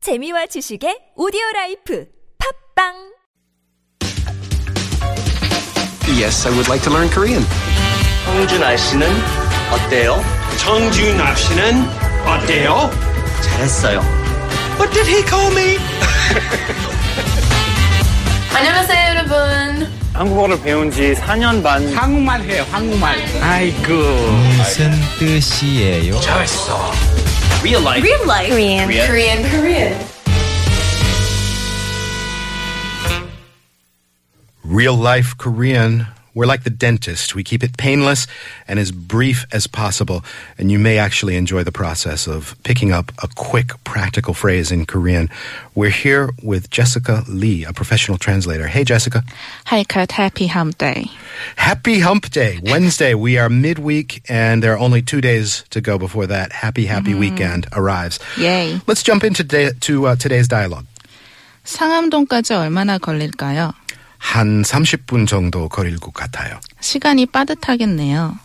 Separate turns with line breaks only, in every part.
재미와 지식의 오디오 라이프 팝빵
Yes, I would like to learn Korean.
홍준아 씨는 어때요?
정준합 씨는 어때요?
잘했어요.
What did he call me?
안녕하세요 여러분.
한국어를 배운 지 4년 반
무슨 뜻이에요?
Real life.
Korean Korean.
Real life Korean. We're like the dentist. We keep it painless and as brief as possible. And you may actually enjoy the process of picking up a quick, practical phrase in Korean. We're here with Jessica Lee, a professional translator. Hey, Jessica.
Hi, Kurt. Happy Hump Day.
Happy Hump Day. Wednesday. We are midweek, and there are only two days to go before that. Happy, happy weekend arrives.
Yay.
Let's jump into day, to, uh, today's dialogue.
상암동까지 얼마나 걸릴까요?
한 30분 정도 걸릴 것 같아요.
시간이 빠듯하겠네요.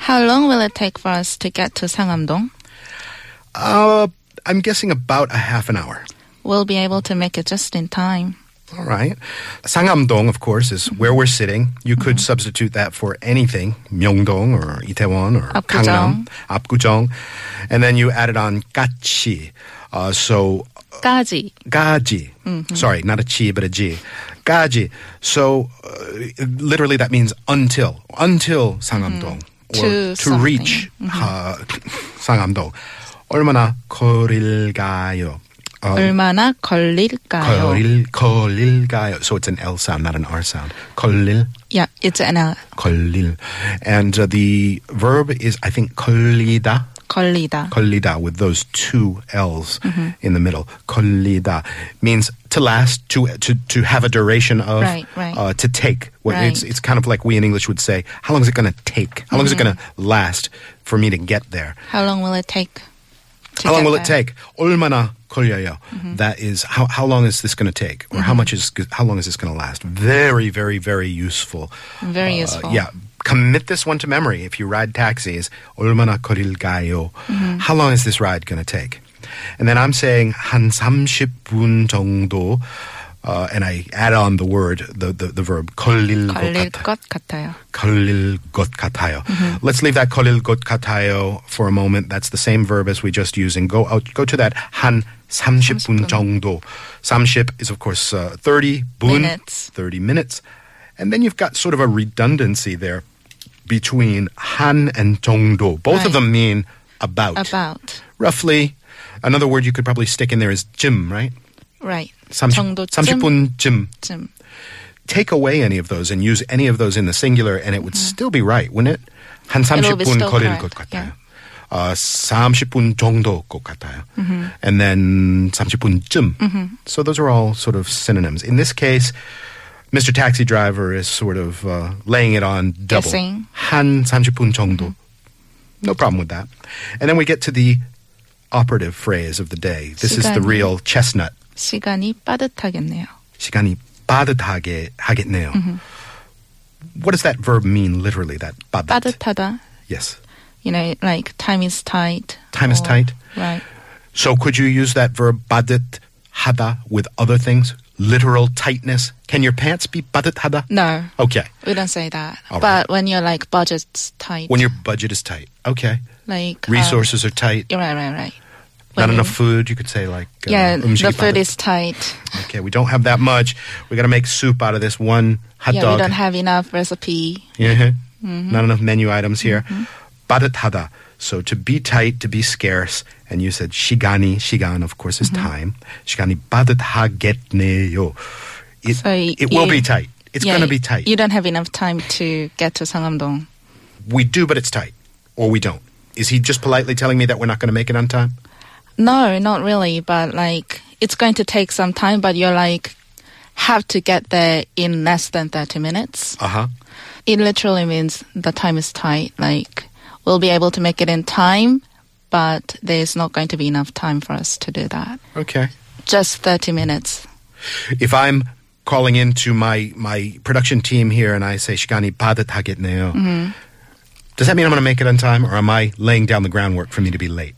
How long will it take for us to get to 상암동?
Uh, I'm guessing about a half an hour.
We'll be able to make it just in time.
All right. Sangam-dong, of course, is where we're sitting. You could substitute that for anything, Myeongdong or Itaewon or
Apgujeong.
Gangnam, Apgujeong. And then you added on gachi. Uh, so
까지.
gaji.
Mm-hmm.
Sorry, not a chi, but a ji. Gaji. So uh, literally that means until, until Sangam-dong. Or
Mm. To
to
something. Mm-hmm.
reach uh, Sangam-dong. 얼마나 걸릴까요? Uh,
얼마나 걸릴까요?
걸릴 걸릴가요. So it's an L sound, not an R sound. 걸릴
Yeah, it's an L.
걸릴, and uh, the verb is I think 걸리다.
걸리다.
걸리다 with those two L's
Mm-hmm.
in the middle. 걸리다 means to last, to to to have a duration of,
Right, right.
Uh, to take. Well, It's
Right.
it's kind of like we in English would say, how long is it going to take? How long is it
Mm-hmm.
going to last for me to get there?
How long will it take? to
How long
get
will it
there?
take? 얼마나 걸려요? That is how how long is this going to take, or how much is how long is this going to last? Very, very, very useful.
Very
Uh,
useful.
Yeah, commit this one to memory. If you ride taxis, 얼마나 걸릴까요?
Mm-hmm.
How long is this ride going to take? And then I'm saying 한 30분 정도, uh, and I add on the word the the, the verb 걸릴 것
걸릴
같아.
것 같아요.
걸릴 것 같아요. Let's leave that 걸릴 것 같아요 for a moment. That's the same verb as we just used. And go out, go to that 한 30분 정도. 30 is of course uh, 30 분,
Minutes.
30 minutes. And then you've got sort of a redundancy there between 한 and 정도. Both
Right.
of them mean about.
About.
Roughly. Another word you could probably stick in there is jim, right?
Right.
30,
정도쯤.
30분 jim
쯤.
take away any of those and use any of those in the singular, and it would still be right, wouldn't it? 한
Mm. It'll be
30분
still
걸릴 것
correct,
같아요.
yeah.
Uh, 30분 정도 것 같아요.
Mm-hmm.
And then 30분쯤. So those are all sort of synonyms. In this case, Mr. Taxi Driver is sort of uh, laying it on double.
Guessing. Mm-hmm.
한 30분 정도. No problem with that. And then we get to the operative phrase of the day. This is the
시간이-
real chestnut.
시간이 빠듯하겠네요.
시간이 빠듯하게 하겠네요. What does that verb mean literally? That 빠듯.
빠듯하다.
Yes.
You know, like time is tight.
Time is
or-
tight.
Right.
So could you use that verb 빠듯하다 with other things? Literal tightness. Can your pants be 빠듯하다?
No,
Okay.
we don't say that.
All Oh, right.
but when you're like budget's tight,
When your budget is tight. Okay.
like um,
Resources are tight.
you're right, right, right.
Not
when
enough
you-
food. You could say like. uh,
Yeah, the
음식이
food
빠듯.
is tight.
Okay, we don't have that much. We got to make soup out of this one hot
yeah,
dog.
we don't have enough recipe.
Yeah. Mm-hmm.
Mm-hmm.
Not enough menu items here. Badatada. So to be tight, to be scarce. And you said shigani. Shigan, of course,
Mm-hmm.
is time. Shigani badatagetneyo. It,
So y-
it will
you-
be tight. It's
Yeah,
going to
y-
be tight.
You don't have enough time to get to Sangamdong.
we do, but it's tight. Or we don't. Is he just politely telling me that we're not going to make it on time?
No, not really. But like, it's going to take some time. But you're like, have to get there in less than thirty minutes.
Uh huh.
It literally means the time is tight. Like, we'll be able to make it in time, but there's not going to be enough time for us to do that.
Okay.
Just 30 minutes.
If I'm calling into my, my production team here and I say shigani
Mm-hmm.
badatagetneyo, does that mean I'm going to make it on time or am I laying down the groundwork for me to be late?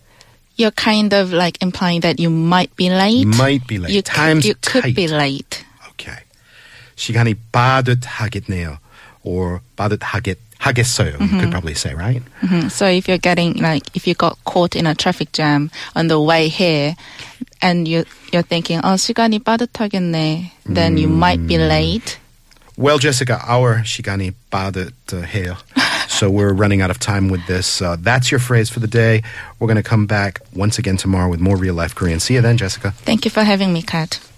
you're kind of like implying that you might be late.
Might be late.
You, c-
Time's
you could be
tight.
late.
Okay. 시간이 빠듯하겠네요. Or 빠듯하겠, 하겠어요. You could probably say, right?
Mhm. So if you're getting like if you got caught in a traffic jam on the way here, and you you're thinking, oh, 시간이 빠듯하겠네, then you might
Mm.
be late.
Well, Jessica, our 시간이 빠듯해요. so we're running out of time with this. Uh, that's your phrase for the day. We're going to come back once again tomorrow with more real life Korean. See you then, Jessica.
Thank you for having me, Kat.